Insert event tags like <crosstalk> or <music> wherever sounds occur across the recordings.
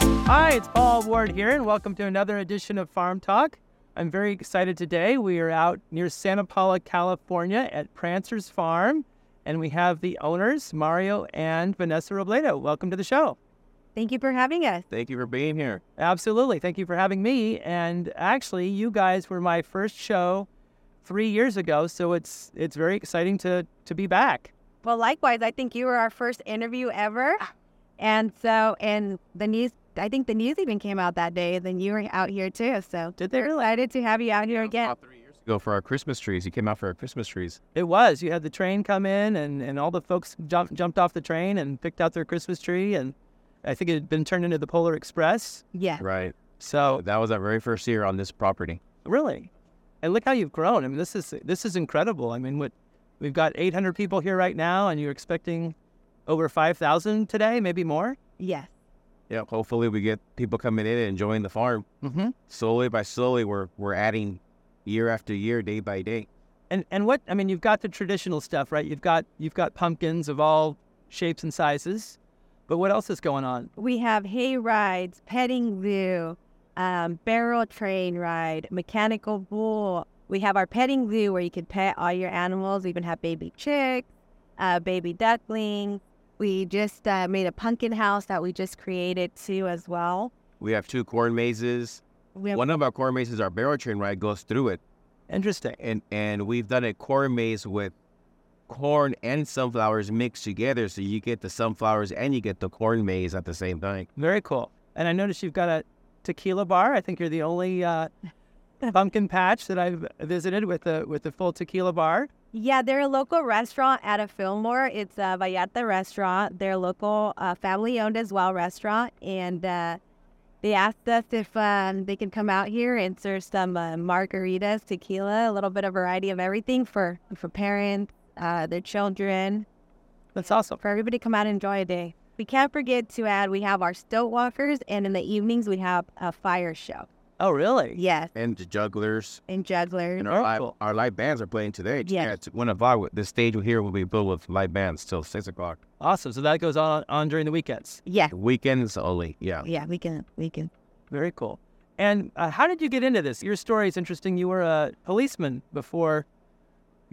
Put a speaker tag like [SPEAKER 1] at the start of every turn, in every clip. [SPEAKER 1] it's Paul Ward here, and welcome to another edition of Farm Talk. I'm very excited today. We are out near Santa Paula, California at Prancer's Farm, and we have the owners, Mario and Vanessa Robledo. Welcome to the show.
[SPEAKER 2] Thank you for having us.
[SPEAKER 3] Thank you for being here.
[SPEAKER 1] Absolutely. Thank you for having me. And actually, you guys were my first show three years ago, so it's it's very exciting to to be back.
[SPEAKER 2] Well, likewise, I think you were our first interview ever.
[SPEAKER 1] Ah.
[SPEAKER 2] And so, and the news, I think the news even came out that day, and then you were out here too. So,
[SPEAKER 1] Did they
[SPEAKER 2] we're
[SPEAKER 1] really?
[SPEAKER 2] excited to have you out here again.
[SPEAKER 3] About three years ago for our Christmas trees. You came out for our Christmas trees.
[SPEAKER 1] It was. You had the train come in, and, and all the folks jumped jumped off the train and picked out their Christmas tree, and I think it had been turned into the Polar Express.
[SPEAKER 2] Yeah.
[SPEAKER 3] Right.
[SPEAKER 1] So
[SPEAKER 3] That was our very first year on this property.
[SPEAKER 1] really, and look how you've grown. I mean, this is this is incredible. I mean, what we've got 800 people here right now, and you're expecting over 5,000 today, maybe more.
[SPEAKER 2] Yes.
[SPEAKER 3] Yeah. Hopefully we get people coming in and enjoying the farm.
[SPEAKER 1] Mm-hmm.
[SPEAKER 3] Slowly by slowly we're we're adding year after year, day by day.
[SPEAKER 1] And and what I mean, you've got the traditional stuff, right? You've got you've got pumpkins of all shapes and sizes, but what else is going on?
[SPEAKER 2] We have hay rides, petting zoo, um, barrel train ride, mechanical bull. We have our petting zoo where you can pet all your animals. We even have baby chicks, uh, baby duckling. We just uh, made a pumpkin house that we just created too as well.
[SPEAKER 3] We have two corn mazes.
[SPEAKER 2] We have,
[SPEAKER 3] One of our corn mazes, our barrel train ride goes through it.
[SPEAKER 1] Interesting.
[SPEAKER 3] And and we've done a corn maze with corn and sunflowers mixed together so you get the sunflowers and you get the corn maze at the same time.
[SPEAKER 1] Very cool. And I noticed you've got a tequila bar. I think you're the only uh, pumpkin patch that I've visited with a with a full tequila bar.
[SPEAKER 2] yeah, they're a local restaurant out of Fillmore. It's a Vallarta restaurant. They're a local, uh, family owned as well restaurant. And uh, they asked us if um, they can come out here and serve some uh, margaritas, tequila, a little bit of variety of everything for, for parents, uh, their children,
[SPEAKER 1] That's awesome.
[SPEAKER 2] for everybody to come out and enjoy a day. We can't forget to add we have our stoat walkers, and in the evenings, we have a fire show.
[SPEAKER 1] Oh, really?
[SPEAKER 2] Yes,
[SPEAKER 3] And the jugglers.
[SPEAKER 2] and jugglers.
[SPEAKER 3] And our
[SPEAKER 1] Oh,
[SPEAKER 3] live,
[SPEAKER 1] cool.
[SPEAKER 3] our live bands are playing today.
[SPEAKER 2] Yeah.
[SPEAKER 3] At one o'clock, the stage here will be filled with live bands till six o'clock.
[SPEAKER 1] Awesome. So that goes on on during the weekends.
[SPEAKER 2] Yeah,
[SPEAKER 3] The weekends only. Yeah.
[SPEAKER 2] yeah, we can, we can.
[SPEAKER 1] Very cool. And uh, how did you get into this? Your story is interesting. You were a policeman before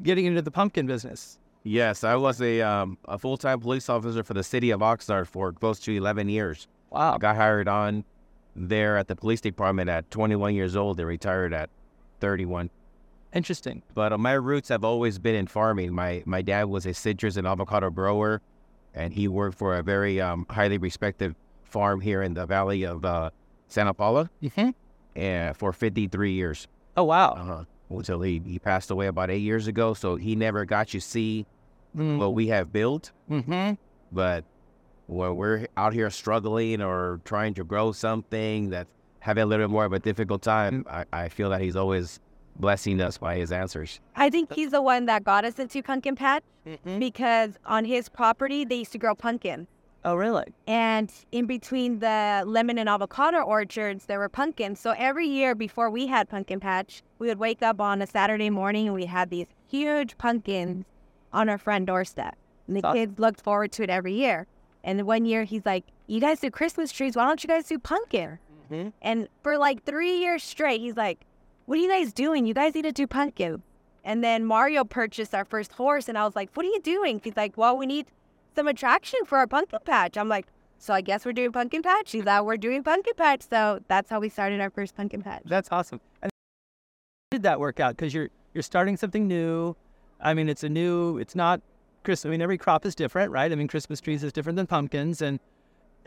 [SPEAKER 1] getting into the pumpkin business.
[SPEAKER 3] Yes, I was a um, a full time police officer for the city of Oxnard for close to eleven years. I
[SPEAKER 1] Wow.
[SPEAKER 3] got hired on there at the police department at 21 years old and retired at 31.
[SPEAKER 1] Interesting.
[SPEAKER 3] But uh, my roots have always been in farming. My my dad was a citrus and avocado grower, and he worked for a very um, highly respected farm here in the valley of uh, Santa Paula
[SPEAKER 1] Mm-hmm.
[SPEAKER 3] uh, for 53 years.
[SPEAKER 1] Oh, wow.
[SPEAKER 3] Uh-huh. Until he, he passed away about eight years ago, so he never got to see what we have built.
[SPEAKER 1] Mm-hmm.
[SPEAKER 3] But when we're out here struggling or trying to grow something that having a little bit more of a difficult time, I, I feel that he's always blessing us by his answers.
[SPEAKER 2] I think he's the one that got us into pumpkin patch because on his property they used to grow pumpkin.
[SPEAKER 1] Oh, really?
[SPEAKER 2] And in between the lemon and avocado orchards, there were pumpkins. So every year before we had pumpkin patch, we would wake up on a Saturday morning and we had these huge pumpkins on our front doorstep. And the
[SPEAKER 1] Thought-
[SPEAKER 2] kids looked forward to it every year. And then one year he's like, You guys do Christmas trees. Why don't you guys do pumpkin?
[SPEAKER 1] Mhm.
[SPEAKER 2] And for like three years straight, he's like, What are you guys doing? You guys need to do pumpkin. And then Mario purchased our first horse. And I was like, What are you doing? He's like, Well, we need some attraction for our pumpkin patch. I'm like, So I guess we're doing pumpkin patch. He's like, We're doing pumpkin patch. So that's how we started our first pumpkin patch.
[SPEAKER 1] That's awesome. And how did that work out? Because you're you're starting something new. I mean, it's a new. It's not Christmas. I mean, every crop is different, right? I mean, Christmas trees is different than pumpkins, and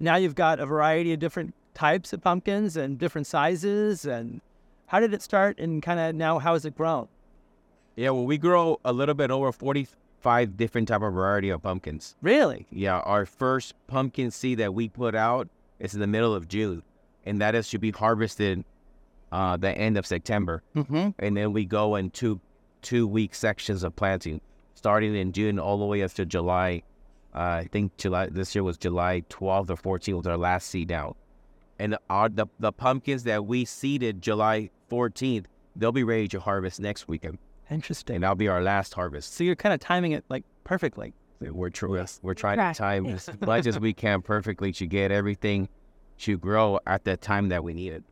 [SPEAKER 1] now you've got a variety of different types of pumpkins and different sizes. And how did it start? And kind of now, how has it grown?
[SPEAKER 3] Yeah, well, we grow a little bit over 45 different type of variety of pumpkins.
[SPEAKER 1] Really?
[SPEAKER 3] Yeah, our first pumpkin seed that we put out is in the middle of June, and that is to be harvested uh, the end of September.
[SPEAKER 1] Mm-hmm.
[SPEAKER 3] and then we go in two two week sections of planting, starting in June all the way up to July. Uh, I think July this year was July 12th or 14th was our last seed out, and our, the the pumpkins that we seeded July 14th they'll be ready to harvest next weekend,
[SPEAKER 1] Interesting.
[SPEAKER 3] and that'll be our last harvest.
[SPEAKER 1] So you're kind of timing it like perfectly.
[SPEAKER 3] We're tr- we're trying to
[SPEAKER 2] Right.
[SPEAKER 3] time as much as we can perfectly to get everything to grow at the time that we need it.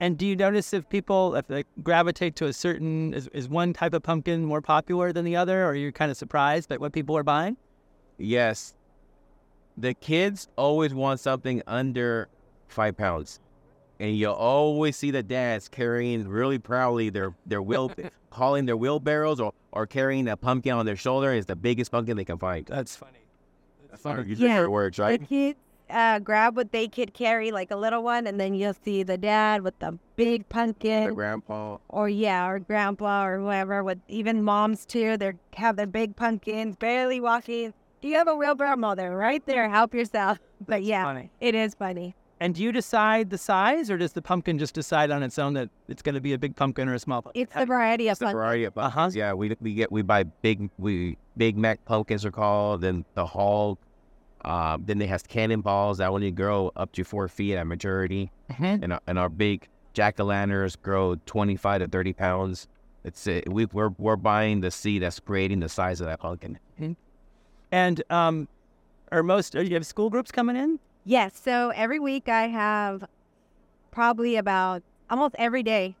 [SPEAKER 1] And do you notice if people if they gravitate to a certain is, is one type of pumpkin more popular than the other, or you're kind of surprised by what people are buying?
[SPEAKER 3] Yes, the kids always want something under five pounds, and you'll always see the dads carrying really proudly their
[SPEAKER 1] <laughs>
[SPEAKER 3] their wheel, hauling their wheelbarrows or or carrying a pumpkin on their shoulder is the biggest pumpkin they can find.
[SPEAKER 1] That's funny. That's
[SPEAKER 3] Sorry, you
[SPEAKER 2] Yeah.
[SPEAKER 3] yeah. words, right?
[SPEAKER 2] The kids uh, grab what they could carry, like a little one, and then you'll see the dad with the big
[SPEAKER 3] The
[SPEAKER 2] pumpkin,
[SPEAKER 3] grandpa.
[SPEAKER 2] or yeah, or grandpa, or whoever. With even moms too, they have their big pumpkins, barely walking. Do you have a wheelbarrow, mother? Right there, help yourself. <laughs> But yeah,
[SPEAKER 1] Funny.
[SPEAKER 2] it is funny.
[SPEAKER 1] And do you decide the size, or does the pumpkin just decide on its own that it's going to be a big pumpkin or a small pumpkin?
[SPEAKER 2] It's the variety of
[SPEAKER 3] It's a
[SPEAKER 2] pumpkins.
[SPEAKER 3] variety of
[SPEAKER 1] Uh-huh.
[SPEAKER 3] pumpkins. Yeah, we we get we buy big we Big Mac pumpkins are called, then the hog. Uh, then they have cannonballs that only grow up to four feet at maturity,
[SPEAKER 1] Uh-huh.
[SPEAKER 3] and our, and our big jack o' lanterns grow twenty five to thirty pounds. It's uh, we we're we're buying the seed that's creating the size of that pumpkin.
[SPEAKER 1] and um, are most are you have school groups coming in?
[SPEAKER 2] Yes. So every week I have probably about almost every day,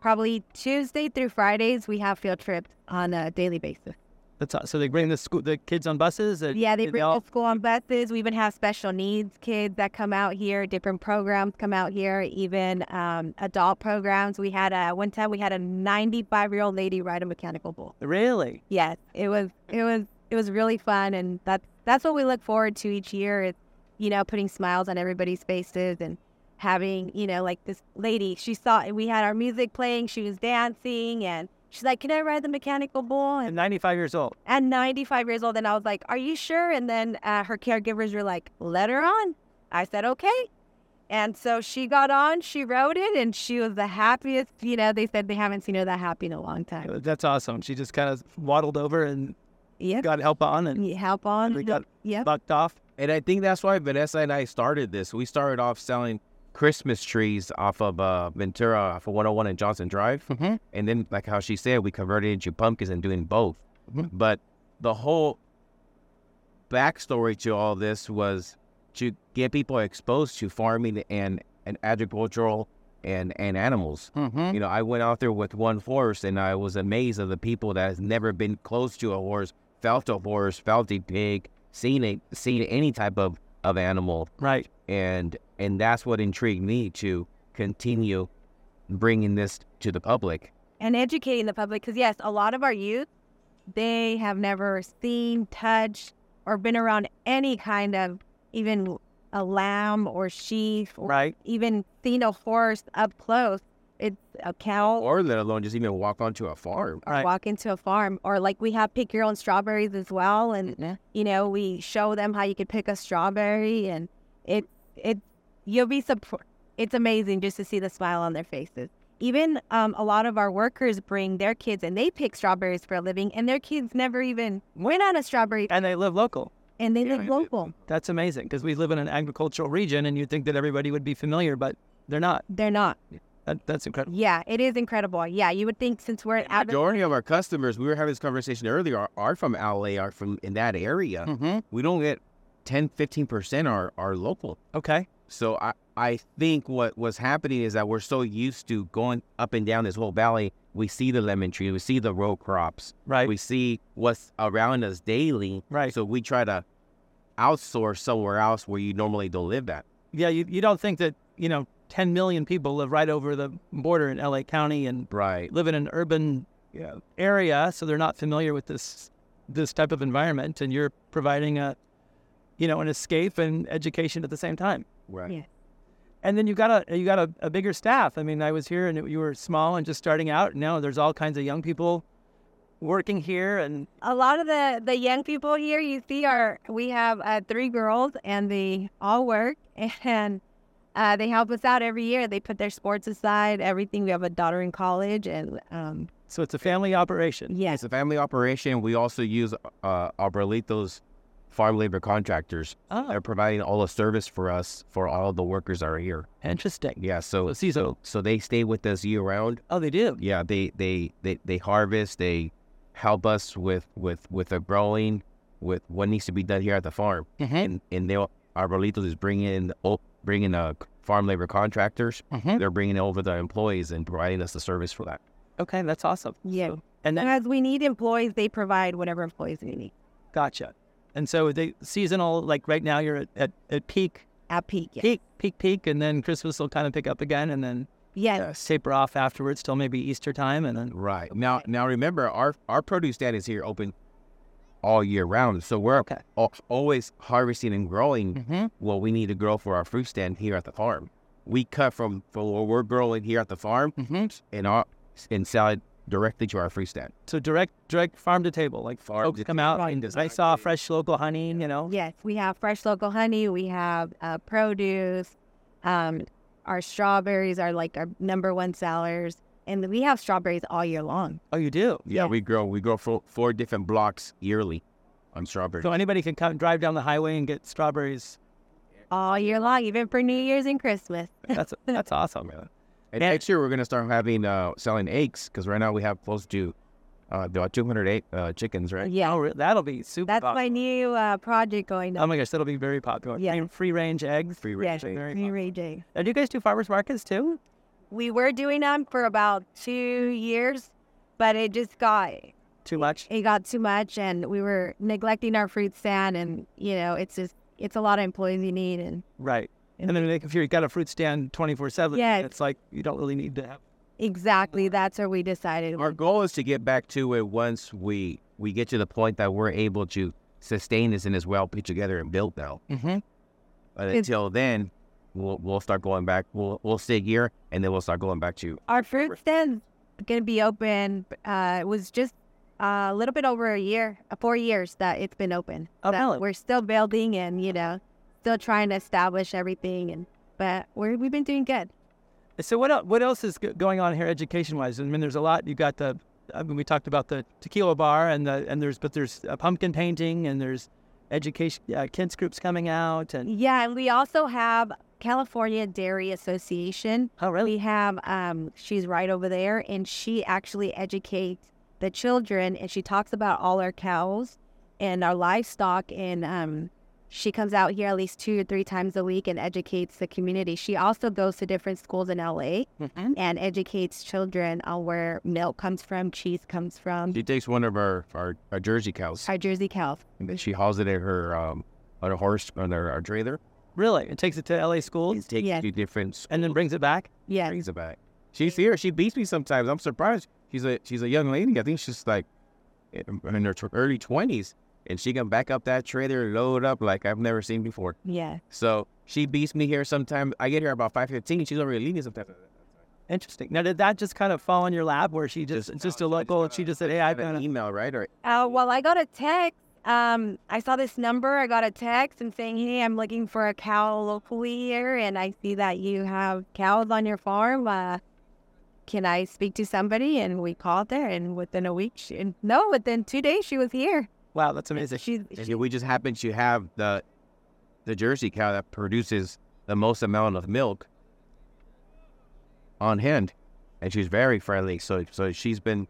[SPEAKER 2] probably Tuesday through Fridays, we have field trips on a daily basis.
[SPEAKER 1] That's aw- so they bring the school the kids on buses. uh,
[SPEAKER 2] Yeah, they bring
[SPEAKER 1] all-
[SPEAKER 2] all school on buses. We even have special needs kids that come out here. Different programs come out here, even um, adult programs. We had a one time we had a 95 year old lady ride a mechanical bull.
[SPEAKER 1] really.
[SPEAKER 2] Yes, it was it was it was really fun, and that's that's what we look forward to each year. Is you know putting smiles on everybody's faces and having you know like this lady. She saw we had our music playing. She was dancing, and she's like, "Can I ride the mechanical bull?"
[SPEAKER 1] And
[SPEAKER 2] And
[SPEAKER 1] ninety five years old.
[SPEAKER 2] at 95 years old, and I was like, "Are you sure?" And then uh, her caregivers were like, "Let her on." I said, "Okay." And so she got on, she rode it, and she was the happiest. You know, they said they haven't seen her that happy in a long time.
[SPEAKER 1] That's awesome. She just kind of waddled over and
[SPEAKER 2] Yep.
[SPEAKER 1] got help on and
[SPEAKER 2] You help on.
[SPEAKER 1] We got-
[SPEAKER 2] yep.
[SPEAKER 1] bucked off.
[SPEAKER 3] And I think that's why Vanessa and I started this. We started off selling Christmas trees off of uh, Ventura, off of 101 and Johnson Drive.
[SPEAKER 1] Mhm.
[SPEAKER 3] And then, like how she said, we converted into pumpkins and doing both.
[SPEAKER 1] Mhm.
[SPEAKER 3] But the whole backstory to all this was to get people exposed to farming and, and agricultural and, and animals.
[SPEAKER 1] Mm-hmm.
[SPEAKER 3] You know, I went out there with one horse and I was amazed of the people that has never been close to a horse, felt a horse, felt a pig, seen a seen any type of, of animal.
[SPEAKER 1] Right.
[SPEAKER 3] And and that's what intrigued me to continue bringing this to the public.
[SPEAKER 2] and educating the public because yes a lot of our youth they have never seen touched or been around any kind of even a lamb or sheep or
[SPEAKER 1] Right.
[SPEAKER 2] even seen a horse up close it's a cow or,
[SPEAKER 3] Or let alone just even walk onto a farm.
[SPEAKER 1] right.
[SPEAKER 2] walk into a farm or like we have pick your own strawberries as well and you know we show them how you could pick a strawberry and it it you'll be surprised it's amazing just to see the smile on their faces even um, a lot of our workers bring their kids and they pick strawberries for a living and their kids never even went on a strawberry
[SPEAKER 1] And they live local.
[SPEAKER 2] and they
[SPEAKER 3] Yeah,
[SPEAKER 2] live
[SPEAKER 3] it-
[SPEAKER 2] local
[SPEAKER 1] That's amazing because we live in an agricultural region, and you'd think that everybody would be familiar, but they're not.
[SPEAKER 2] they're not
[SPEAKER 1] That, that's incredible.
[SPEAKER 2] yeah it is incredible yeah you would think since we're out of
[SPEAKER 3] Majority of our customers, we were having this conversation earlier, are, are from LA, are from in that area.
[SPEAKER 1] Mm-hmm.
[SPEAKER 3] We don't get 10, 15% are, are local.
[SPEAKER 1] Okay.
[SPEAKER 3] So I, I think what was happening is that we're so used to going up and down this whole valley. We see the lemon tree, we see the row crops,
[SPEAKER 1] Right.
[SPEAKER 3] we see what's around us daily.
[SPEAKER 1] Right.
[SPEAKER 3] So we try to outsource somewhere else where you normally don't live at.
[SPEAKER 1] yeah. You, you don't think that you know 10 million people live right over the border in L.A. County and
[SPEAKER 3] Right.
[SPEAKER 1] live in an urban
[SPEAKER 3] Yeah.
[SPEAKER 1] area, so they're not familiar with this this type of environment, and you're providing a you know an escape and education at the same time.
[SPEAKER 3] Right.
[SPEAKER 2] Yeah.
[SPEAKER 1] And then you got a you got a, a bigger staff. I mean, I was here and you were small and just starting out. Now there's all kinds of young people working here, and
[SPEAKER 2] a lot of the the young people here you see are we have uh, three girls and they all work <laughs> and uh, they help us out every year they put their sports aside everything we have a daughter in college and um,
[SPEAKER 1] so it's a family operation.
[SPEAKER 2] yes
[SPEAKER 3] It's a family operation. We also use uh, Arbolito's farm labor contractors.
[SPEAKER 1] Oh,
[SPEAKER 3] They're providing all the service for us for all the workers that are here.
[SPEAKER 1] interesting.
[SPEAKER 3] Yeah. So
[SPEAKER 1] So seasonal.
[SPEAKER 3] so they stay with us year round.
[SPEAKER 1] Oh, they do.
[SPEAKER 3] yeah they they they, they harvest they help us with with with the growing with what needs to be done here at the farm and and they'll arbolitos is bringing in the, o- bringing uh, farm labor contractors.
[SPEAKER 2] Mm-hmm.
[SPEAKER 1] Mhm.
[SPEAKER 3] They're bringing over the employees and providing us the service for that.
[SPEAKER 1] Okay, that's awesome.
[SPEAKER 2] Yeah.
[SPEAKER 1] So- and then
[SPEAKER 2] And as we need employees, they provide whatever employees we need
[SPEAKER 1] gotcha. And so the seasonal, like right now, you're at, at, at peak,
[SPEAKER 2] at peak. Yeah.
[SPEAKER 1] peak, peak, peak, and then Christmas will kind of pick up again, and then
[SPEAKER 2] Yes.
[SPEAKER 1] taper off afterwards till maybe Easter time, and then
[SPEAKER 3] Right now, now remember our our produce stand is here open all year round, so we're
[SPEAKER 1] Okay.
[SPEAKER 3] al- always harvesting and growing
[SPEAKER 2] Mm-hmm,
[SPEAKER 3] what we need to grow for our fruit stand here at the farm. We cut from from what we're growing here at the farm
[SPEAKER 2] mm-hmm.
[SPEAKER 3] and our and sell it directly to our fruit stand.
[SPEAKER 1] so direct, direct farm to table, like
[SPEAKER 3] Farm
[SPEAKER 1] folks
[SPEAKER 3] to
[SPEAKER 1] come
[SPEAKER 3] table.
[SPEAKER 1] out
[SPEAKER 3] Right.
[SPEAKER 1] and I saw fresh local honey, you know.
[SPEAKER 2] Yes, we have fresh local honey. We have uh, produce. Um, our strawberries are like our number one sellers, and we have strawberries all year long.
[SPEAKER 1] Oh, you do.
[SPEAKER 3] Yeah,
[SPEAKER 2] Yeah.
[SPEAKER 3] we grow we grow four, four different blocks yearly on strawberry.
[SPEAKER 1] So anybody can come drive down the highway and get
[SPEAKER 2] <laughs>
[SPEAKER 1] strawberries.
[SPEAKER 2] All year long, even for New Year's and Christmas.
[SPEAKER 1] That's that's awesome. man.
[SPEAKER 3] and
[SPEAKER 1] man.
[SPEAKER 3] next year we're gonna start having uh, selling eggs because right now we have close to uh, about 200 egg- uh, chickens, right?
[SPEAKER 2] Yeah,
[SPEAKER 1] Oh, re- that'll be super.
[SPEAKER 2] that's
[SPEAKER 1] popular.
[SPEAKER 2] my new uh, project going
[SPEAKER 1] Oh
[SPEAKER 2] on.
[SPEAKER 1] my gosh, that'll be very popular.
[SPEAKER 2] Yeah.
[SPEAKER 1] Free- Free range eggs.
[SPEAKER 3] Free
[SPEAKER 2] Yes,
[SPEAKER 3] range eggs.
[SPEAKER 1] very
[SPEAKER 2] free
[SPEAKER 1] popular.
[SPEAKER 2] ranging.
[SPEAKER 1] Now, do you guys do farmers markets too?
[SPEAKER 2] We were doing them for about two years, but it just got
[SPEAKER 1] Too much.
[SPEAKER 2] it got too much, and we were neglecting our fruit stand, and you know, it's just it's a lot of employees you need, and
[SPEAKER 1] Right. And then like, if you've got a fruit stand 24 7,
[SPEAKER 2] Yeah.
[SPEAKER 1] it's like you don't really need to have.
[SPEAKER 2] exactly that's where we decided.
[SPEAKER 3] Our goal is to get back to it once we we get to the point that we're able to sustain this and as well put together and build now.
[SPEAKER 1] Mhm.
[SPEAKER 3] But
[SPEAKER 2] It's-
[SPEAKER 3] until then, we'll we'll start going back. We'll we'll stay here and then we'll start going back to
[SPEAKER 2] our fruit stand's gonna be open. Uh, it was just uh, a little bit over a year, uh, four years that it's been open.
[SPEAKER 1] Oh,
[SPEAKER 2] That
[SPEAKER 1] really?
[SPEAKER 2] We're still building and you know, still trying to establish everything, and but we're, we've been doing good.
[SPEAKER 1] So, what, el- what else is go- going on here education wise? I mean, there's a lot. you got the, I mean, we talked about the tequila bar, and the, and there's, but there's a pumpkin painting, and there's education, uh, kids groups coming out. And,
[SPEAKER 2] Yeah, and we also have California Dairy Association.
[SPEAKER 1] oh, really?
[SPEAKER 2] We have um, she's right over there, and she actually educates the children, and she talks about all our cows and our livestock, and um, she comes out here at least two or three times a week and educates the community. She also goes to different schools in LA
[SPEAKER 1] Mhm.
[SPEAKER 2] and educates children on where milk comes from, cheese comes from,
[SPEAKER 3] She takes one of our our, our Jersey cows
[SPEAKER 2] our Jersey cows.
[SPEAKER 3] and then she hauls it at her um on a horse on her, our trailer.
[SPEAKER 1] Really? It takes it to LA schools
[SPEAKER 3] It takes
[SPEAKER 2] Yeah.
[SPEAKER 3] two different
[SPEAKER 1] and then brings it back?
[SPEAKER 2] Yeah,
[SPEAKER 3] brings it back. She's here. She beats me sometimes. I'm surprised. She's a she's a young lady. I think she's like in in her tw- early twenties, and she can back up that trailer, load up like I've never seen before.
[SPEAKER 2] yeah.
[SPEAKER 3] So she beats me here sometimes. I get here about five fifteen. She's already leaving sometimes.
[SPEAKER 1] Interesting. Now, did that just kind of fall in your lap where she just, just, a local, and she just said, hey, I've
[SPEAKER 3] I've got
[SPEAKER 1] done
[SPEAKER 3] an email, right? Or
[SPEAKER 2] Uh, well, I got a text. Um, I saw this number. I got a text and saying, "Hey, I'm looking for a cow locally here, and I see that you have cows on your farm. Uh, can I speak to somebody?" And we called there, and within a week, she, and no, within two days, she was here.
[SPEAKER 1] Wow, that's amazing.
[SPEAKER 2] She,
[SPEAKER 3] And we just happen to have the the Jersey cow that produces the most amount of milk on hand, and she's very friendly. So so she's been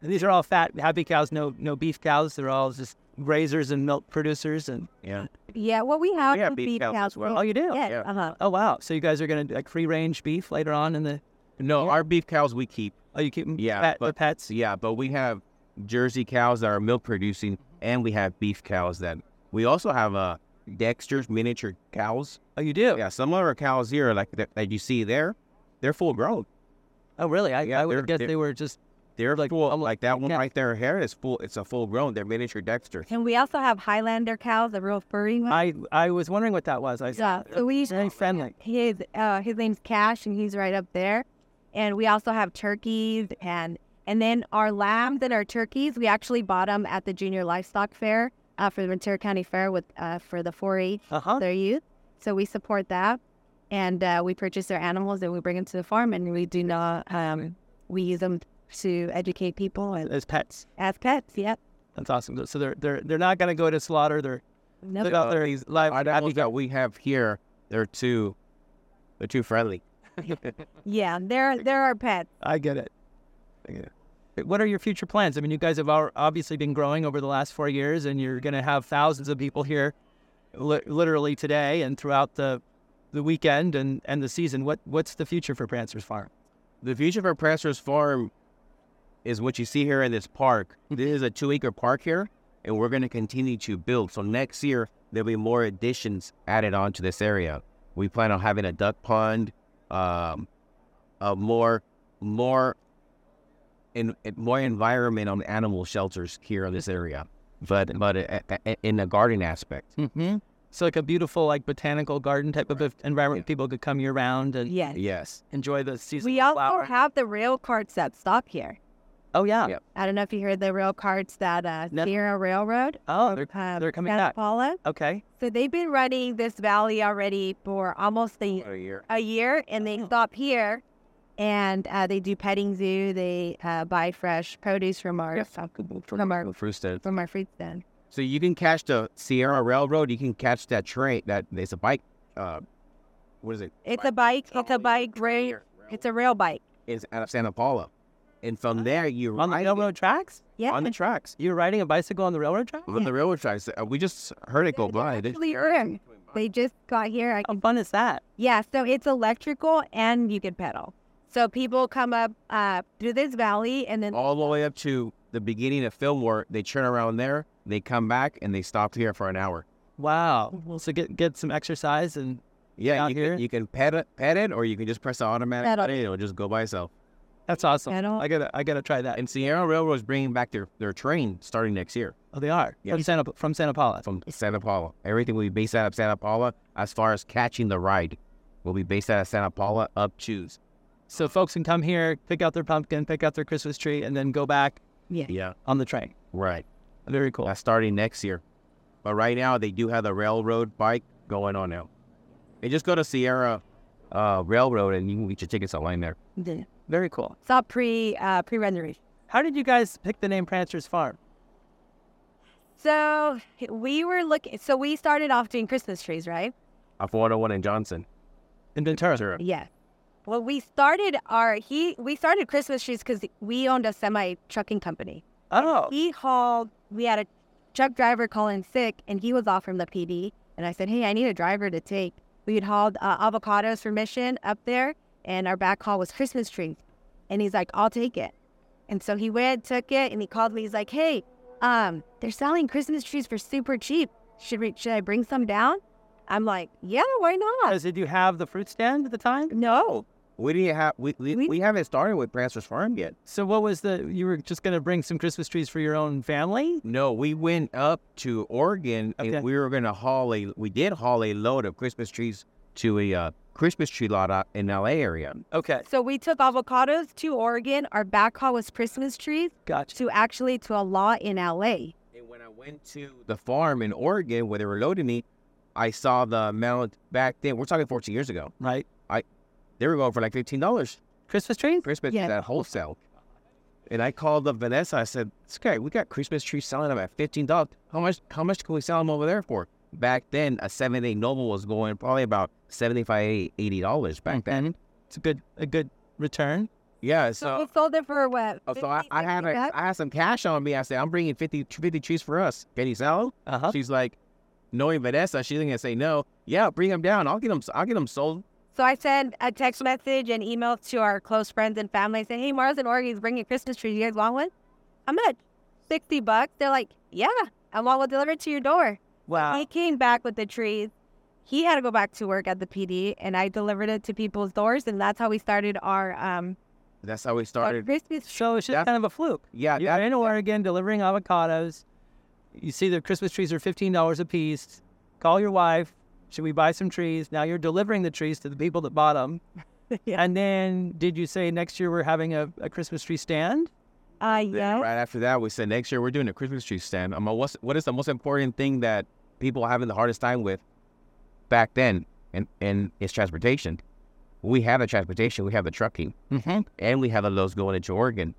[SPEAKER 1] These are all fat, happy cows. No, no beef cows. They're all just grazers and milk producers. And
[SPEAKER 3] yeah.
[SPEAKER 2] yeah, well, we have
[SPEAKER 3] We have
[SPEAKER 2] some
[SPEAKER 3] beef
[SPEAKER 2] beef
[SPEAKER 3] cows
[SPEAKER 2] cows.
[SPEAKER 3] as well.
[SPEAKER 1] oh, you do.
[SPEAKER 2] yeah,
[SPEAKER 3] yeah.
[SPEAKER 2] uh-huh.
[SPEAKER 1] Oh wow. So you guys are gonna do, like free range beef later on in the.
[SPEAKER 3] <laughs> No, our beef cows we keep.
[SPEAKER 1] Oh, you keep 'em
[SPEAKER 3] Yeah,
[SPEAKER 1] pet,
[SPEAKER 3] but-
[SPEAKER 1] the pets.
[SPEAKER 3] So yeah, but we have Jersey cows that are milk producing, and we have beef cows that we also have uh, Dexter's miniature cows.
[SPEAKER 1] Oh, you do.
[SPEAKER 3] Yeah, some of our cows here, like that, that you see there, they're full grown.
[SPEAKER 1] Oh, really? I,
[SPEAKER 3] Yeah,
[SPEAKER 1] I would
[SPEAKER 3] they're-
[SPEAKER 1] guess
[SPEAKER 3] they're-
[SPEAKER 1] they were just.
[SPEAKER 3] They're
[SPEAKER 1] Like-
[SPEAKER 3] like full, like that one
[SPEAKER 1] yeah.
[SPEAKER 3] right there. Here is full. It's a full grown. They're miniature Dexter.
[SPEAKER 2] and we also have Highlander cows, a real furry one.
[SPEAKER 1] I I was wondering what that was. I
[SPEAKER 2] Yeah, so we
[SPEAKER 1] very
[SPEAKER 3] <laughs>
[SPEAKER 1] friendly.
[SPEAKER 2] His uh, his name's Cash, and he's right up there. And we also have turkeys, and and then our lambs and our turkeys. We actually bought them at the junior livestock fair uh, for the Ventura County Fair with uh, for the 4-H
[SPEAKER 1] Uh huh.
[SPEAKER 2] their youth. So we support that, and uh, we purchase their animals and we bring them to the farm, and we do not um, we use them to educate people and
[SPEAKER 1] As pets.
[SPEAKER 2] as pets. Yep.
[SPEAKER 1] That's awesome. So they're they're they're not gonna go to slaughter. They're
[SPEAKER 2] Nope.
[SPEAKER 1] they're out there these live.
[SPEAKER 3] Our animals that we have here, they're too, they're too friendly.
[SPEAKER 2] Yeah, they're they're our pets.
[SPEAKER 1] I get it. I get it. What are your future plans? I mean, you guys have al- obviously been growing over the last four years, and you're going to have thousands of people here, li- literally today and throughout the the weekend and, and the season, what what's the future for Prancers Farm?
[SPEAKER 3] The future for Prancers Farm is what you see here in this park.
[SPEAKER 2] Hmm.
[SPEAKER 3] this is a two acre park here, and we're going to continue to build. So next year, there'll be more additions added onto this area. We plan on having a duck pond, um, a more, more, in, in- more environment on animal shelters here in this area, but but uh, uh, uh, in the garden aspect.
[SPEAKER 1] Mm-hmm. So like a beautiful like botanical garden type of environment people could come year round and
[SPEAKER 2] Yes.
[SPEAKER 3] Yes.
[SPEAKER 1] enjoy the season.
[SPEAKER 2] We also have the rail carts that stop here.
[SPEAKER 1] oh yeah.
[SPEAKER 3] Yeah.
[SPEAKER 2] I don't know if you heard the rail carts that uh,
[SPEAKER 1] No.
[SPEAKER 2] Sierra Railroad.
[SPEAKER 1] Oh, they're,
[SPEAKER 2] Um,
[SPEAKER 1] they're coming
[SPEAKER 2] Santa
[SPEAKER 1] back.
[SPEAKER 2] Paula.
[SPEAKER 1] Okay.
[SPEAKER 2] So they've been running this valley already for almost a, a year, and they stop here, and uh, they do petting zoo. They uh, buy fresh produce from our from our
[SPEAKER 3] Fruit stand.
[SPEAKER 2] from our fruit stand.
[SPEAKER 3] So you can catch the Sierra Railroad. You can catch that train. That there's a bike. Uh, what is it?
[SPEAKER 2] It's a bike. It's a bike. Rail,
[SPEAKER 3] Sierra
[SPEAKER 2] it's a rail bike.
[SPEAKER 3] It's out of Santa Paula, and from there you
[SPEAKER 1] On the
[SPEAKER 3] ride it
[SPEAKER 1] railroad tracks?
[SPEAKER 2] Yeah.
[SPEAKER 3] on the tracks.
[SPEAKER 1] You're riding a bicycle on the railroad track?
[SPEAKER 3] On the railroad tracks. Uh, We just heard it go
[SPEAKER 2] They're
[SPEAKER 3] by. They-
[SPEAKER 2] actually earned. They just got here. I
[SPEAKER 1] How fun is that?
[SPEAKER 2] Yeah, so it's electrical and you can pedal. So people come up uh, through this valley and then
[SPEAKER 3] all the way up to the beginning of Fillmore. They turn around there. They come back and they stop here for an hour.
[SPEAKER 1] Wow. So get get some exercise and
[SPEAKER 3] Yeah,
[SPEAKER 1] Out
[SPEAKER 3] you
[SPEAKER 1] here?
[SPEAKER 3] can, you can pet it, pet it, or you can just press the automatic
[SPEAKER 2] Pedal.
[SPEAKER 3] button and it'll just go by itself.
[SPEAKER 1] that's awesome.
[SPEAKER 2] Pedal.
[SPEAKER 1] I gotta I gotta try that.
[SPEAKER 3] And Sierra Railroad's bringing back their, their train starting next year.
[SPEAKER 1] Oh, they are
[SPEAKER 3] Yeah.
[SPEAKER 1] from Santa from Santa Paula.
[SPEAKER 3] from Santa Paula. Everything will be based out of Santa Paula as far as catching the ride. Will be based out of Santa Paula up choose.
[SPEAKER 1] So folks can come here, pick out their pumpkin, pick out their Christmas tree, and then go back
[SPEAKER 2] yeah.
[SPEAKER 3] Yeah.
[SPEAKER 1] on the train.
[SPEAKER 3] Right.
[SPEAKER 1] Very cool.
[SPEAKER 3] That's starting next year. But right now they do have the railroad bike going on now. They just go to Sierra uh, Railroad and you can get your tickets online there.
[SPEAKER 2] yeah.
[SPEAKER 1] Very cool.
[SPEAKER 2] It's all pre uh, pre renderation.
[SPEAKER 1] How did you guys pick the name Prancers Farm?
[SPEAKER 2] So we were looking. So we started off doing Christmas trees, right?
[SPEAKER 3] Off 101 in Johnson.
[SPEAKER 1] In Ventura.
[SPEAKER 3] Sure.
[SPEAKER 2] Yeah. Well, we started our he we started Christmas trees because we owned a semi trucking company.
[SPEAKER 1] Oh,
[SPEAKER 2] He hauled. We had a truck driver calling sick, and he was off from the PD. And I said, "Hey, I need a driver to take." We had hauled uh, avocados for Mission up there, and our back haul was Christmas trees. And he's like, "I'll take it." And so he went, took it, and he called me. He's like, "Hey, um, they're selling Christmas trees for super cheap. Should we, should I bring some down?" I'm like, "Yeah, why not?"
[SPEAKER 1] did you have the fruit stand at the time?
[SPEAKER 2] No,
[SPEAKER 3] We didn't have we, we,
[SPEAKER 2] We-
[SPEAKER 3] we haven't started with Prancers Farm yet.
[SPEAKER 1] So what was the? You were just gonna bring some Christmas trees for your own family?
[SPEAKER 3] No, we went up to Oregon
[SPEAKER 1] Okay.
[SPEAKER 3] and we were going to haul a, we did haul a load of Christmas trees to a uh, Christmas tree lot out in LA area.
[SPEAKER 1] Okay,
[SPEAKER 2] so we took avocados to Oregon. Our back haul was Christmas trees
[SPEAKER 1] gotcha.
[SPEAKER 2] to actually to a law in LA.
[SPEAKER 3] And when I went to the farm in Oregon where they were loading me, I saw the amount back then. We're talking 14 years ago.
[SPEAKER 1] Right,
[SPEAKER 3] They were going for like $15
[SPEAKER 1] Christmas trees.
[SPEAKER 3] Christmas
[SPEAKER 2] Yeah.
[SPEAKER 3] at wholesale. And I called up Vanessa. I said, "Okay, we got Christmas trees selling them at fifteen dollars. How much? How much can we sell them over there for?" Back then, a seven eight noble was going probably about seventy five eighty dollars back then.
[SPEAKER 1] Mhm. it's a good a good return.
[SPEAKER 3] Yeah,
[SPEAKER 2] So
[SPEAKER 3] so
[SPEAKER 2] we sold it for what?
[SPEAKER 3] oh, so I,
[SPEAKER 2] 50,
[SPEAKER 3] I had
[SPEAKER 2] 60
[SPEAKER 3] a,
[SPEAKER 2] bucks?
[SPEAKER 3] I had some cash on me. I said, "I'm bringing 50, 50 trees for us. Can you sell 'em?"
[SPEAKER 1] Uh huh.
[SPEAKER 3] She's like, knowing Vanessa, she's gonna say no. Yeah, bring them down. I'll get them. I'll get them sold.
[SPEAKER 2] So I sent a text message and email to our close friends and family. I said, "Hey, Mars and Oregon's bringing Christmas trees. You guys want one? I'm at sixty bucks." They're like, "Yeah, and one will deliver it to your door."
[SPEAKER 1] Wow.
[SPEAKER 3] Uh,
[SPEAKER 2] He came back with the trees. He had to go back to work at the PD, and I delivered it to people's doors, and that's how we started our um
[SPEAKER 3] That's how we
[SPEAKER 2] our <laughs>
[SPEAKER 3] started.
[SPEAKER 2] Christmas.
[SPEAKER 1] So it's just
[SPEAKER 3] That's-
[SPEAKER 1] kind of a fluke.
[SPEAKER 3] Yeah,
[SPEAKER 1] You're
[SPEAKER 3] that-
[SPEAKER 1] in Oregon delivering avocados. You see the Christmas trees are fifteen dollars a piece. Call your wife. Should we buy some trees? Now you're delivering the trees to the people that bought them.
[SPEAKER 2] Yeah.
[SPEAKER 1] And then did you say next year we're having a, a Christmas tree stand?
[SPEAKER 2] Uh,
[SPEAKER 3] Then
[SPEAKER 2] yeah.
[SPEAKER 3] Right after that, we said next year we're doing a Christmas tree stand. Um, what's, what is the most important thing that people are having the hardest time with back then? And and it's transportation. We have the transportation. We have the trucking,
[SPEAKER 1] Mm-hmm.
[SPEAKER 3] and we have the loads going into Oregon.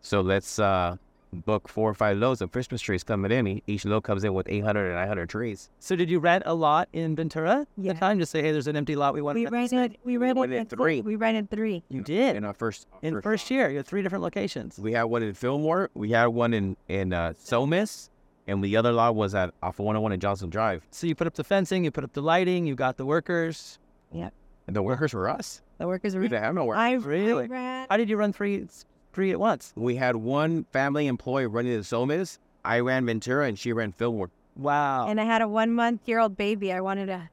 [SPEAKER 3] So let's uh, book four or five loads of Christmas trees coming in. E-, Each load comes in with 800 and 900 trees.
[SPEAKER 1] So did you rent a lot in Ventura? at
[SPEAKER 2] Yeah.
[SPEAKER 1] The time to say, hey, there's an empty lot we want.
[SPEAKER 2] We
[SPEAKER 1] to rent.
[SPEAKER 2] rented. We
[SPEAKER 3] went
[SPEAKER 2] rented
[SPEAKER 3] in three.
[SPEAKER 2] We rented three.
[SPEAKER 1] You did
[SPEAKER 3] In our first
[SPEAKER 1] in first year. You had three different locations.
[SPEAKER 3] We had one in Fillmore. We had one in in uh, Somis, and the other lot was at off of 101 and Johnson Drive.
[SPEAKER 1] So you put up the fencing, you put up the lighting, you got the workers.
[SPEAKER 2] Yep.
[SPEAKER 4] And the workers were us.
[SPEAKER 2] The workers are.
[SPEAKER 4] We didn't have no work.
[SPEAKER 2] I
[SPEAKER 1] Really?
[SPEAKER 2] I ran-
[SPEAKER 1] How did you run three three at once?
[SPEAKER 3] We had one family employee running the Somas. I ran Ventura and she ran Fillmore.
[SPEAKER 1] Wow.
[SPEAKER 2] and I had a one month year old baby. I wanted to.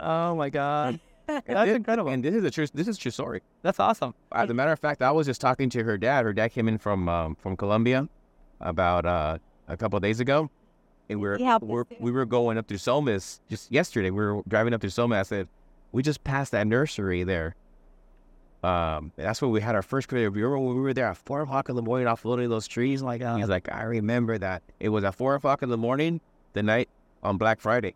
[SPEAKER 1] oh my God.
[SPEAKER 3] <laughs>
[SPEAKER 4] And
[SPEAKER 1] That's
[SPEAKER 4] thi-
[SPEAKER 1] incredible.
[SPEAKER 4] And this is a true. This is true story.
[SPEAKER 1] That's awesome.
[SPEAKER 4] As a matter of fact, I was just talking to her dad. Her dad came in from um, from Colombia about uh, a couple of days ago, and we were,
[SPEAKER 2] He helped us
[SPEAKER 4] we're
[SPEAKER 2] too.
[SPEAKER 4] we were going up through Somas just yesterday. We were driving up through Somas. I said, "We just passed that nursery there." Um, and that's when we had our first career. Remember when we were there at four o'clock in the morning, offloading those trees? Like uh,
[SPEAKER 1] God.
[SPEAKER 4] he's like, I remember that. It was at four o'clock in the morning, the night on Black Friday,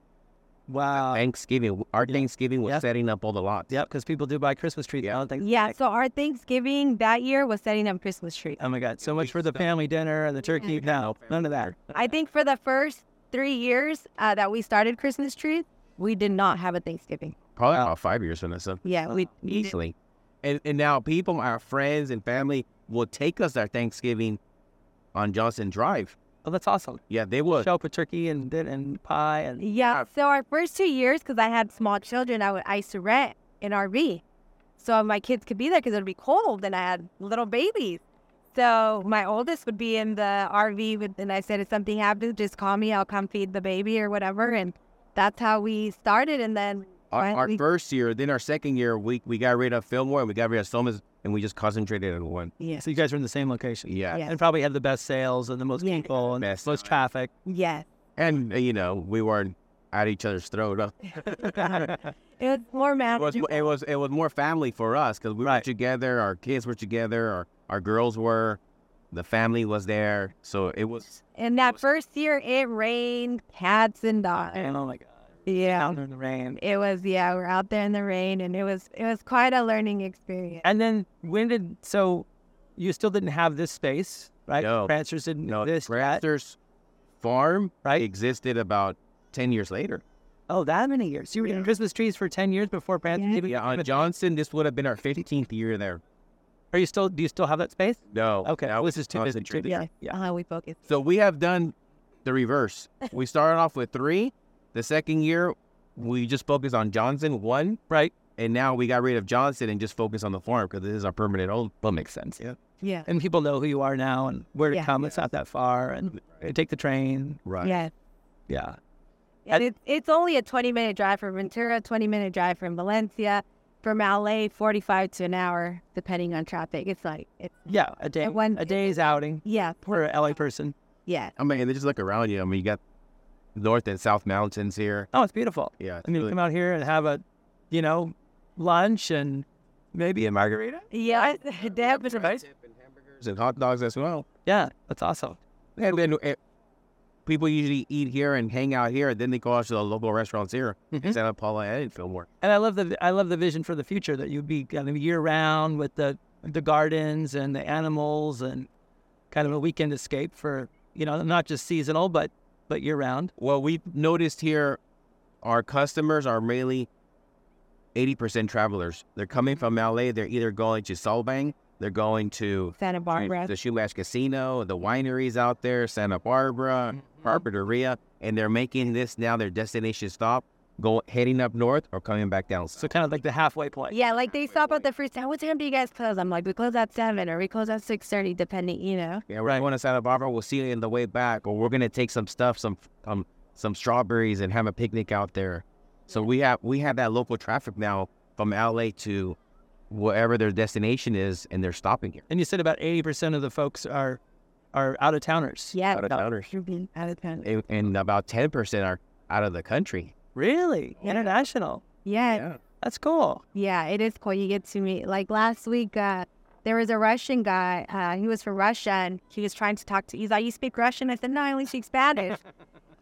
[SPEAKER 2] Uh,
[SPEAKER 1] Wow.
[SPEAKER 4] Thanksgiving. Our Thanksgiving was
[SPEAKER 1] Yeah.
[SPEAKER 4] setting up all the lots.
[SPEAKER 1] Yep, because people do buy Christmas trees.
[SPEAKER 4] Yeah.
[SPEAKER 1] I don't think.
[SPEAKER 2] Yeah. So our Thanksgiving that year was setting up Christmas tree.
[SPEAKER 1] Oh my God! So much
[SPEAKER 3] we
[SPEAKER 1] for the
[SPEAKER 3] stopped.
[SPEAKER 1] family dinner and the turkey. No, none of that.
[SPEAKER 2] I think for the first three years uh, that we started Christmas tree, we did not have a Thanksgiving.
[SPEAKER 4] Probably
[SPEAKER 1] Wow.
[SPEAKER 4] about five years from this.
[SPEAKER 2] Yeah. We
[SPEAKER 4] Easily.
[SPEAKER 3] And, and now people, our friends and family, will take us our Thanksgiving on Johnson Drive.
[SPEAKER 1] Oh, that's awesome.
[SPEAKER 3] Yeah, they would.
[SPEAKER 1] Show up with turkey and din- and pie and
[SPEAKER 2] Yeah. So our first two years, because I had small children, I, would, I used to rent an RV, so my kids could be there because it'd be cold, and I had little babies. So my oldest would be in the RV, with, and I said, if something happens, just call me. I'll come feed the baby or whatever. And that's how we started. And then
[SPEAKER 3] Our, our
[SPEAKER 2] finally-
[SPEAKER 3] first year, then our second year, we, we got rid of Fillmore and we got rid of Somas and we just concentrated on one.
[SPEAKER 2] yeah,
[SPEAKER 1] so you guys are in the same location.
[SPEAKER 4] Yeah.
[SPEAKER 2] Yes.
[SPEAKER 1] And probably had the best sales and the most
[SPEAKER 2] Yeah.
[SPEAKER 1] people and
[SPEAKER 3] Best
[SPEAKER 1] most traffic. <laughs>
[SPEAKER 2] yes,
[SPEAKER 4] And
[SPEAKER 3] uh, You know, we weren't at each other's throat. huh?
[SPEAKER 2] it was more
[SPEAKER 3] It was,
[SPEAKER 2] manageable.
[SPEAKER 3] it was it was more family for us because we were
[SPEAKER 1] Right.
[SPEAKER 3] together, our kids were together, our, our girls were, the family was there. So it was
[SPEAKER 2] And that first year, it rained cats and dogs.
[SPEAKER 1] And oh my God!
[SPEAKER 2] Yeah.
[SPEAKER 1] Down in the rain.
[SPEAKER 2] It was yeah, we're out there in the rain and it was it was quite a learning experience.
[SPEAKER 1] And then when did so? You still didn't have this space, right?
[SPEAKER 3] No.
[SPEAKER 1] Prancers didn't
[SPEAKER 3] no
[SPEAKER 1] exist yet,
[SPEAKER 3] Grantster's farm
[SPEAKER 1] right?
[SPEAKER 3] existed about ten years later.
[SPEAKER 1] Oh, that many years. You were doing Christmas trees for ten years before Prancers
[SPEAKER 2] Yeah.
[SPEAKER 1] even.
[SPEAKER 3] Yeah,
[SPEAKER 1] came
[SPEAKER 3] on
[SPEAKER 1] in.
[SPEAKER 3] Johnson, this would have been our fifteenth year there.
[SPEAKER 1] Are you still? Do you still have that space?
[SPEAKER 3] No.
[SPEAKER 1] Okay,
[SPEAKER 3] that
[SPEAKER 1] well,
[SPEAKER 3] was
[SPEAKER 1] this is too busy.
[SPEAKER 3] concentrated.
[SPEAKER 1] Yeah, yeah.
[SPEAKER 2] Uh, we focused.
[SPEAKER 3] So we have done the reverse. We
[SPEAKER 1] <laughs>
[SPEAKER 3] started off with three. The second year, we just focused on Johnson one,
[SPEAKER 1] Right.
[SPEAKER 3] and now we got rid of Johnson and just focus on the farm because this is our permanent own. But makes sense. Yeah.
[SPEAKER 2] Yeah.
[SPEAKER 1] And people know who you are now and where to
[SPEAKER 2] Yeah.
[SPEAKER 1] come. It's not that far, and uh, take the train.
[SPEAKER 3] Right.
[SPEAKER 2] Yeah.
[SPEAKER 1] Yeah.
[SPEAKER 2] And it, it's only a 20 minute drive from Ventura, 20 minute drive from Valencia, from LA, 45 to an hour, depending on traffic. It's like, it,
[SPEAKER 1] Yeah, a day,
[SPEAKER 2] And when-
[SPEAKER 1] a day's outing
[SPEAKER 2] yeah,
[SPEAKER 1] for a LA person.
[SPEAKER 2] yeah.
[SPEAKER 3] I mean, they just look around you. I mean, you got north and south mountains here.
[SPEAKER 1] Oh, it's beautiful.
[SPEAKER 3] Yeah.
[SPEAKER 1] I mean,
[SPEAKER 3] really-
[SPEAKER 1] come out here and have a, you know, lunch and maybe a margarita.
[SPEAKER 2] Yeah. <laughs> Deb is right.
[SPEAKER 3] hamburgers and hot dogs as well.
[SPEAKER 1] Yeah, that's awesome.
[SPEAKER 3] And then eh, people usually eat here and hang out here. Then they go out to the local restaurants here in
[SPEAKER 1] Mhm.
[SPEAKER 3] Santa Paula and in Fillmore.
[SPEAKER 1] And I love the I love the vision for the future that you'd be kind of year round with the the gardens and the animals and kind of a weekend escape for you know not just seasonal but but year round.
[SPEAKER 3] Well, we've noticed here our customers are mainly 80% travelers. They're coming from LA. They're either going to Solvang, they're going to
[SPEAKER 2] Santa Barbara.
[SPEAKER 3] the Shumash Casino, the wineries out there, Santa Barbara,
[SPEAKER 1] Mm-hmm.
[SPEAKER 2] Mm-hmm.
[SPEAKER 3] Carpinteria, and they're making this now their destination stop, go heading up north or coming back down.
[SPEAKER 1] So
[SPEAKER 3] So
[SPEAKER 1] kind of like the halfway point.
[SPEAKER 2] Yeah, like they stop at the first time. What time do you guys close? I'm like, we close at seven or we close at six thirty, depending, you know.
[SPEAKER 3] yeah, we're going to Santa Barbara. We'll see you in the way back, or we're gonna take some stuff, some um, some strawberries, and have a picnic out there. So we have we have that local traffic now from LA to wherever their destination is, and they're stopping here.
[SPEAKER 1] And you said about eighty percent of the folks are are out of towners.
[SPEAKER 2] Yeah.
[SPEAKER 3] Out of towners.
[SPEAKER 2] Mhm, Out of town.
[SPEAKER 3] and, and about ten percent are out of the country.
[SPEAKER 1] Really? International.
[SPEAKER 2] Yeah.
[SPEAKER 1] That's cool. <laughs>
[SPEAKER 2] Yeah, it is cool. You get to meet. Like last week, uh, there was a Russian guy. Uh, he was from Russia, and he was trying to talk to. He's like, "You speak Russian?" I said, "No, I only speak Spanish."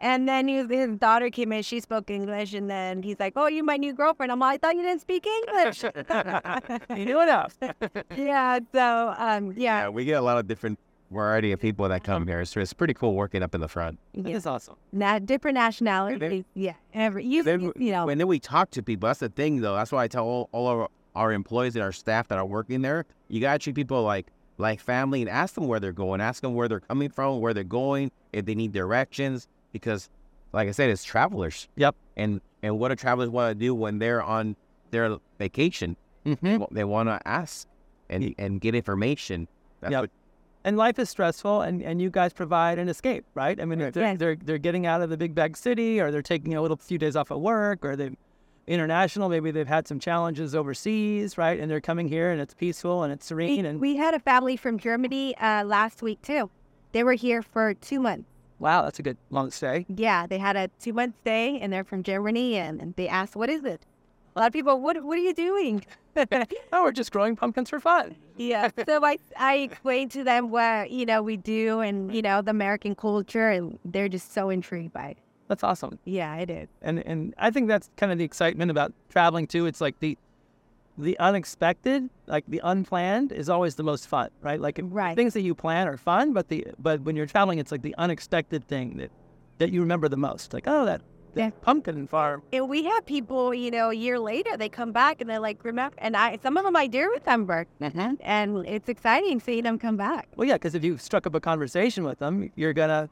[SPEAKER 2] and then he was, his daughter came in. She spoke English, and then he's like, "Oh, you're my new girlfriend." I'm like, "I thought you didn't speak
[SPEAKER 1] <laughs>
[SPEAKER 2] English."
[SPEAKER 1] You knew enough.
[SPEAKER 2] yeah. So, um, yeah,
[SPEAKER 3] Yeah, we get a lot of different variety of people that come here. So it's pretty cool working up in the front.
[SPEAKER 2] yeah.
[SPEAKER 1] That's awesome.
[SPEAKER 2] Na- different nationalities. yeah, every you,
[SPEAKER 3] Then
[SPEAKER 2] you, you
[SPEAKER 1] Oh.
[SPEAKER 2] know,
[SPEAKER 3] And then we talk to people. That's the thing, though. That's why I tell all, all our, our employees and our staff that are working there, you gotta treat people like like family and ask them where they're going, ask them where they're coming from, where they're going, if they need directions, because like I said, it's travelers.
[SPEAKER 1] Yep.
[SPEAKER 3] And and what do travelers want to do when they're on their vacation.
[SPEAKER 1] Mm-hmm.
[SPEAKER 3] Well, They want to ask and and get information. That's
[SPEAKER 1] Yep.
[SPEAKER 3] what
[SPEAKER 1] And life is stressful, and, and you guys provide an escape, right? I mean, if they're,
[SPEAKER 2] Yes.
[SPEAKER 1] they're they're getting out of the big bag city, or they're taking a little few days off at work, or they international. Maybe they've had some challenges overseas, right? And they're coming here, and it's peaceful and it's
[SPEAKER 2] We,
[SPEAKER 1] serene. And
[SPEAKER 2] we had a family from Germany uh, last week too. They were here for two months.
[SPEAKER 1] wow, that's a good long stay.
[SPEAKER 2] Yeah, they had a two month stay and they're from Germany and, and they asked, What is it? A lot of people, What, what are you doing?
[SPEAKER 1] Oh, we're just growing pumpkins for fun.
[SPEAKER 2] Yeah. So I, I explained to them what, you know, we do and, you know, the American culture and they're just so intrigued by it.
[SPEAKER 1] That's awesome.
[SPEAKER 2] Yeah, it is.
[SPEAKER 1] and and I think that's kind of the excitement about traveling too. It's like the the unexpected, like the unplanned, is always the most fun, right? Like
[SPEAKER 2] Right.
[SPEAKER 1] things that you plan are fun, but the but when you're traveling, it's like the unexpected thing that that you remember the most. Like oh that, that
[SPEAKER 2] Yeah.
[SPEAKER 1] pumpkin farm.
[SPEAKER 2] And we have people, you know, a year later, they come back and they're like, remember, and I, some of them I do remember. And it's exciting seeing them come back.
[SPEAKER 1] Well, yeah, because if you struck up a conversation with them, you're gonna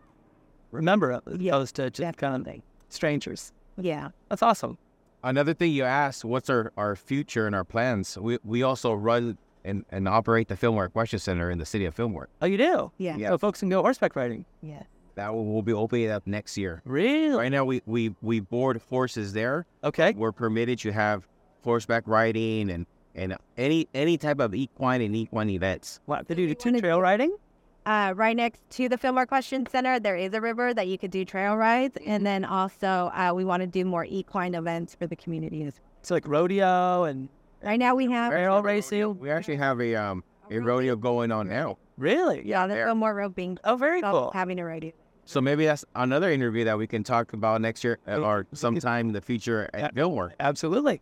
[SPEAKER 1] remember it as
[SPEAKER 2] Yeah,
[SPEAKER 1] opposed to just kind of strangers.
[SPEAKER 2] Yeah.
[SPEAKER 1] That's awesome.
[SPEAKER 4] Another thing you asked, what's our, our future and our plans? We, we also run and, and operate the Fillmore Question Center in the city of Fillmore.
[SPEAKER 1] Oh, you do.
[SPEAKER 2] Yeah.
[SPEAKER 1] So folks can go horseback riding.
[SPEAKER 2] Yeah.
[SPEAKER 4] That will, will be opening up next year.
[SPEAKER 1] Really?
[SPEAKER 4] Right now, we, we, we board horses there.
[SPEAKER 1] Okay.
[SPEAKER 4] We're permitted to have horseback riding and, and any any type of equine and equine events.
[SPEAKER 1] Wow. They do
[SPEAKER 2] we
[SPEAKER 1] two
[SPEAKER 2] wanna
[SPEAKER 1] trail riding.
[SPEAKER 2] Uh, right next to the Fillmore Question Center, there is a river that you could do trail rides. And then also, uh, we want to do more equine events for the community. as-
[SPEAKER 1] So like rodeo and
[SPEAKER 2] Right now, we have
[SPEAKER 1] barrel racing.
[SPEAKER 4] We actually have a um
[SPEAKER 1] Oh,
[SPEAKER 4] a rodeo going on now.
[SPEAKER 1] Really?
[SPEAKER 2] yeah, there's no more roping.
[SPEAKER 1] Oh, very
[SPEAKER 2] Stop
[SPEAKER 1] cool.
[SPEAKER 2] Having a rodeo.
[SPEAKER 4] So maybe that's another interview that we can talk about next year uh, or sometime in the future
[SPEAKER 1] Oh, Yeah.
[SPEAKER 4] at Fillmore.
[SPEAKER 1] Absolutely,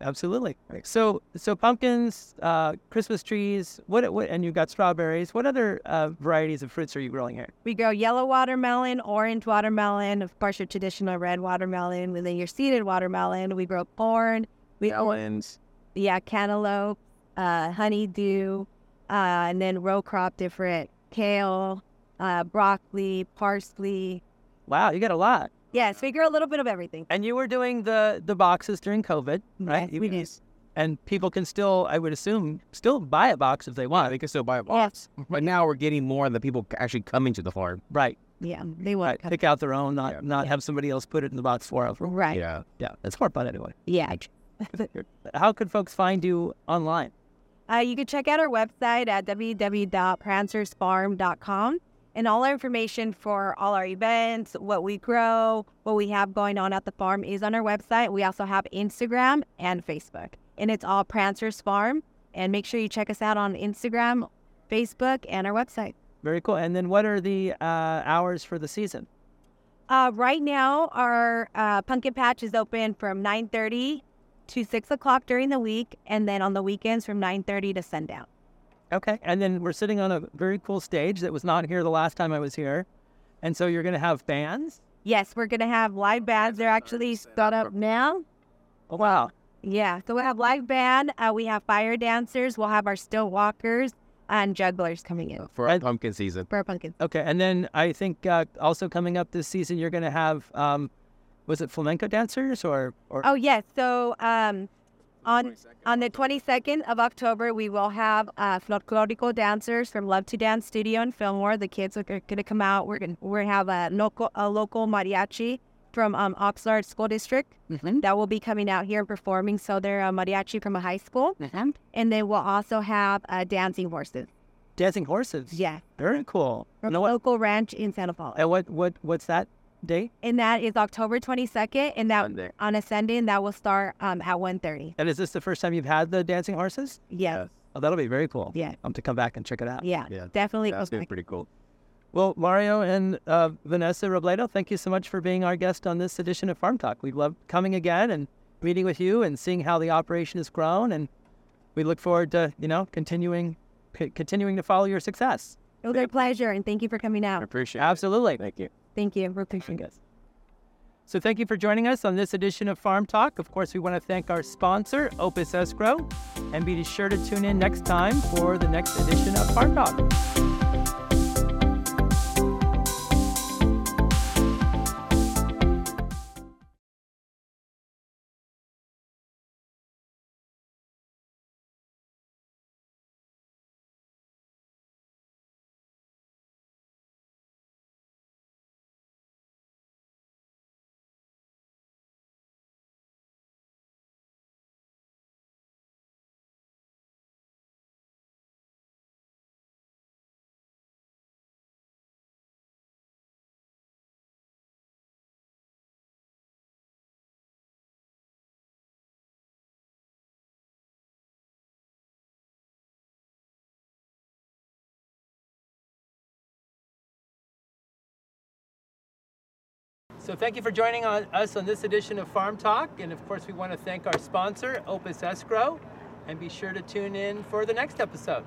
[SPEAKER 1] absolutely. So, so pumpkins, uh, Christmas trees. What, what? And you've got strawberries. What other uh, varieties of fruits are you growing here?
[SPEAKER 2] We grow yellow watermelon, orange watermelon, of course, your traditional red watermelon, and then your seeded watermelon. We grow corn. We own,
[SPEAKER 4] Owens.
[SPEAKER 2] yeah, cantaloupe, uh, honeydew, uh, and then row crop different kale, uh, broccoli, parsley.
[SPEAKER 1] Wow, you got a lot.
[SPEAKER 2] Yes, we grow a little bit of everything.
[SPEAKER 1] And you were doing the the boxes during COVID, right?
[SPEAKER 2] Yes, we did.
[SPEAKER 1] And people can still, I would assume, still buy a box if they want.
[SPEAKER 4] They can still buy box. But now we're getting more of the people actually coming to the farm.
[SPEAKER 1] Right.
[SPEAKER 2] Yeah, they want
[SPEAKER 1] Right.
[SPEAKER 2] to
[SPEAKER 1] Pick out their own, not
[SPEAKER 4] Yeah.
[SPEAKER 1] not have somebody else put it in the box for them.
[SPEAKER 2] Right.
[SPEAKER 4] Yeah.
[SPEAKER 1] Yeah, that's more fun
[SPEAKER 2] <laughs>
[SPEAKER 1] anyway.
[SPEAKER 2] Yeah.
[SPEAKER 1] How could folks find you online?
[SPEAKER 2] Uh, you can check out our website at www.prancersfarm.com and all our information for all our events, what we grow, what we have going on at the farm is on our website. We also have Instagram and Facebook, and it's all Prancers Farm. And make sure you check us out on Instagram, Facebook, and our website.
[SPEAKER 1] Very cool. And then, what are the uh, hours for the season?
[SPEAKER 2] Uh, right now, our uh, pumpkin patch is open from 9:30 to 6 o'clock during the week, and then on the weekends from 9:30 to sundown.
[SPEAKER 1] Okay. And then we're sitting on a very cool stage that was not here the last time I was here. And so you're going to have bands.
[SPEAKER 2] Yes, we're gonna have live bands. They're actually set up now.
[SPEAKER 1] Oh, wow.
[SPEAKER 2] Yeah, so we have live band. Uh, we have fire dancers. We'll have our still walkers and jugglers coming in
[SPEAKER 4] For our
[SPEAKER 1] And-
[SPEAKER 4] pumpkin season.
[SPEAKER 2] for our pumpkin.
[SPEAKER 1] Okay. And then I think uh, also coming up this season, you're going to have, um, was it flamenco dancers or? or
[SPEAKER 2] Oh yes, so um, on on the 22nd of October, we will have uh, folklorico dancers from Love to Dance Studio in Fillmore. The kids are g- gonna come out. We're gonna we're gonna have a local a local mariachi from um, Oxnard School District that will be coming out here and performing. So they're a mariachi from a high school. and they will also have uh, dancing horses.
[SPEAKER 1] Dancing horses.
[SPEAKER 2] Yeah, Oh.
[SPEAKER 1] Very cool.
[SPEAKER 2] from
[SPEAKER 1] And, what,
[SPEAKER 2] local ranch in Santa Paula,
[SPEAKER 1] and what, what, what's that date?
[SPEAKER 2] and that is October 22nd, and that
[SPEAKER 4] Sunday.
[SPEAKER 2] on a Sunday, and that will start um, at 1:30.
[SPEAKER 1] And is this the first time you've had the dancing horses?
[SPEAKER 2] Yeah,
[SPEAKER 1] Oh, that'll be very cool.
[SPEAKER 2] yeah,
[SPEAKER 1] Um, to come back and check it out.
[SPEAKER 2] yeah,
[SPEAKER 4] Yeah.
[SPEAKER 2] definitely.
[SPEAKER 4] That's
[SPEAKER 2] go
[SPEAKER 4] been
[SPEAKER 2] back.
[SPEAKER 4] pretty cool.
[SPEAKER 1] Well, Mario and uh, Vanessa Robledo, thank you so much for being our guest on this edition of Farm Talk. We love coming again and meeting with you and seeing how the operation has grown, and we look forward to you know continuing c- continuing to follow your success.
[SPEAKER 2] It was a pleasure, and thank you for coming
[SPEAKER 4] I
[SPEAKER 2] out.
[SPEAKER 4] appreciate it.
[SPEAKER 1] Absolutely.
[SPEAKER 4] Thank you.
[SPEAKER 2] Thank you. We're appreciating
[SPEAKER 1] Yes. So thank you for joining us on this edition of Farm Talk. Of course, we want to thank our sponsor, Opus Escrow, and be sure to tune in next time for the next edition of Farm Talk. So thank you for joining on, us on this edition of Farm Talk. And of course, we want to thank our sponsor, Opus Escrow. And be sure to tune in for the next episode.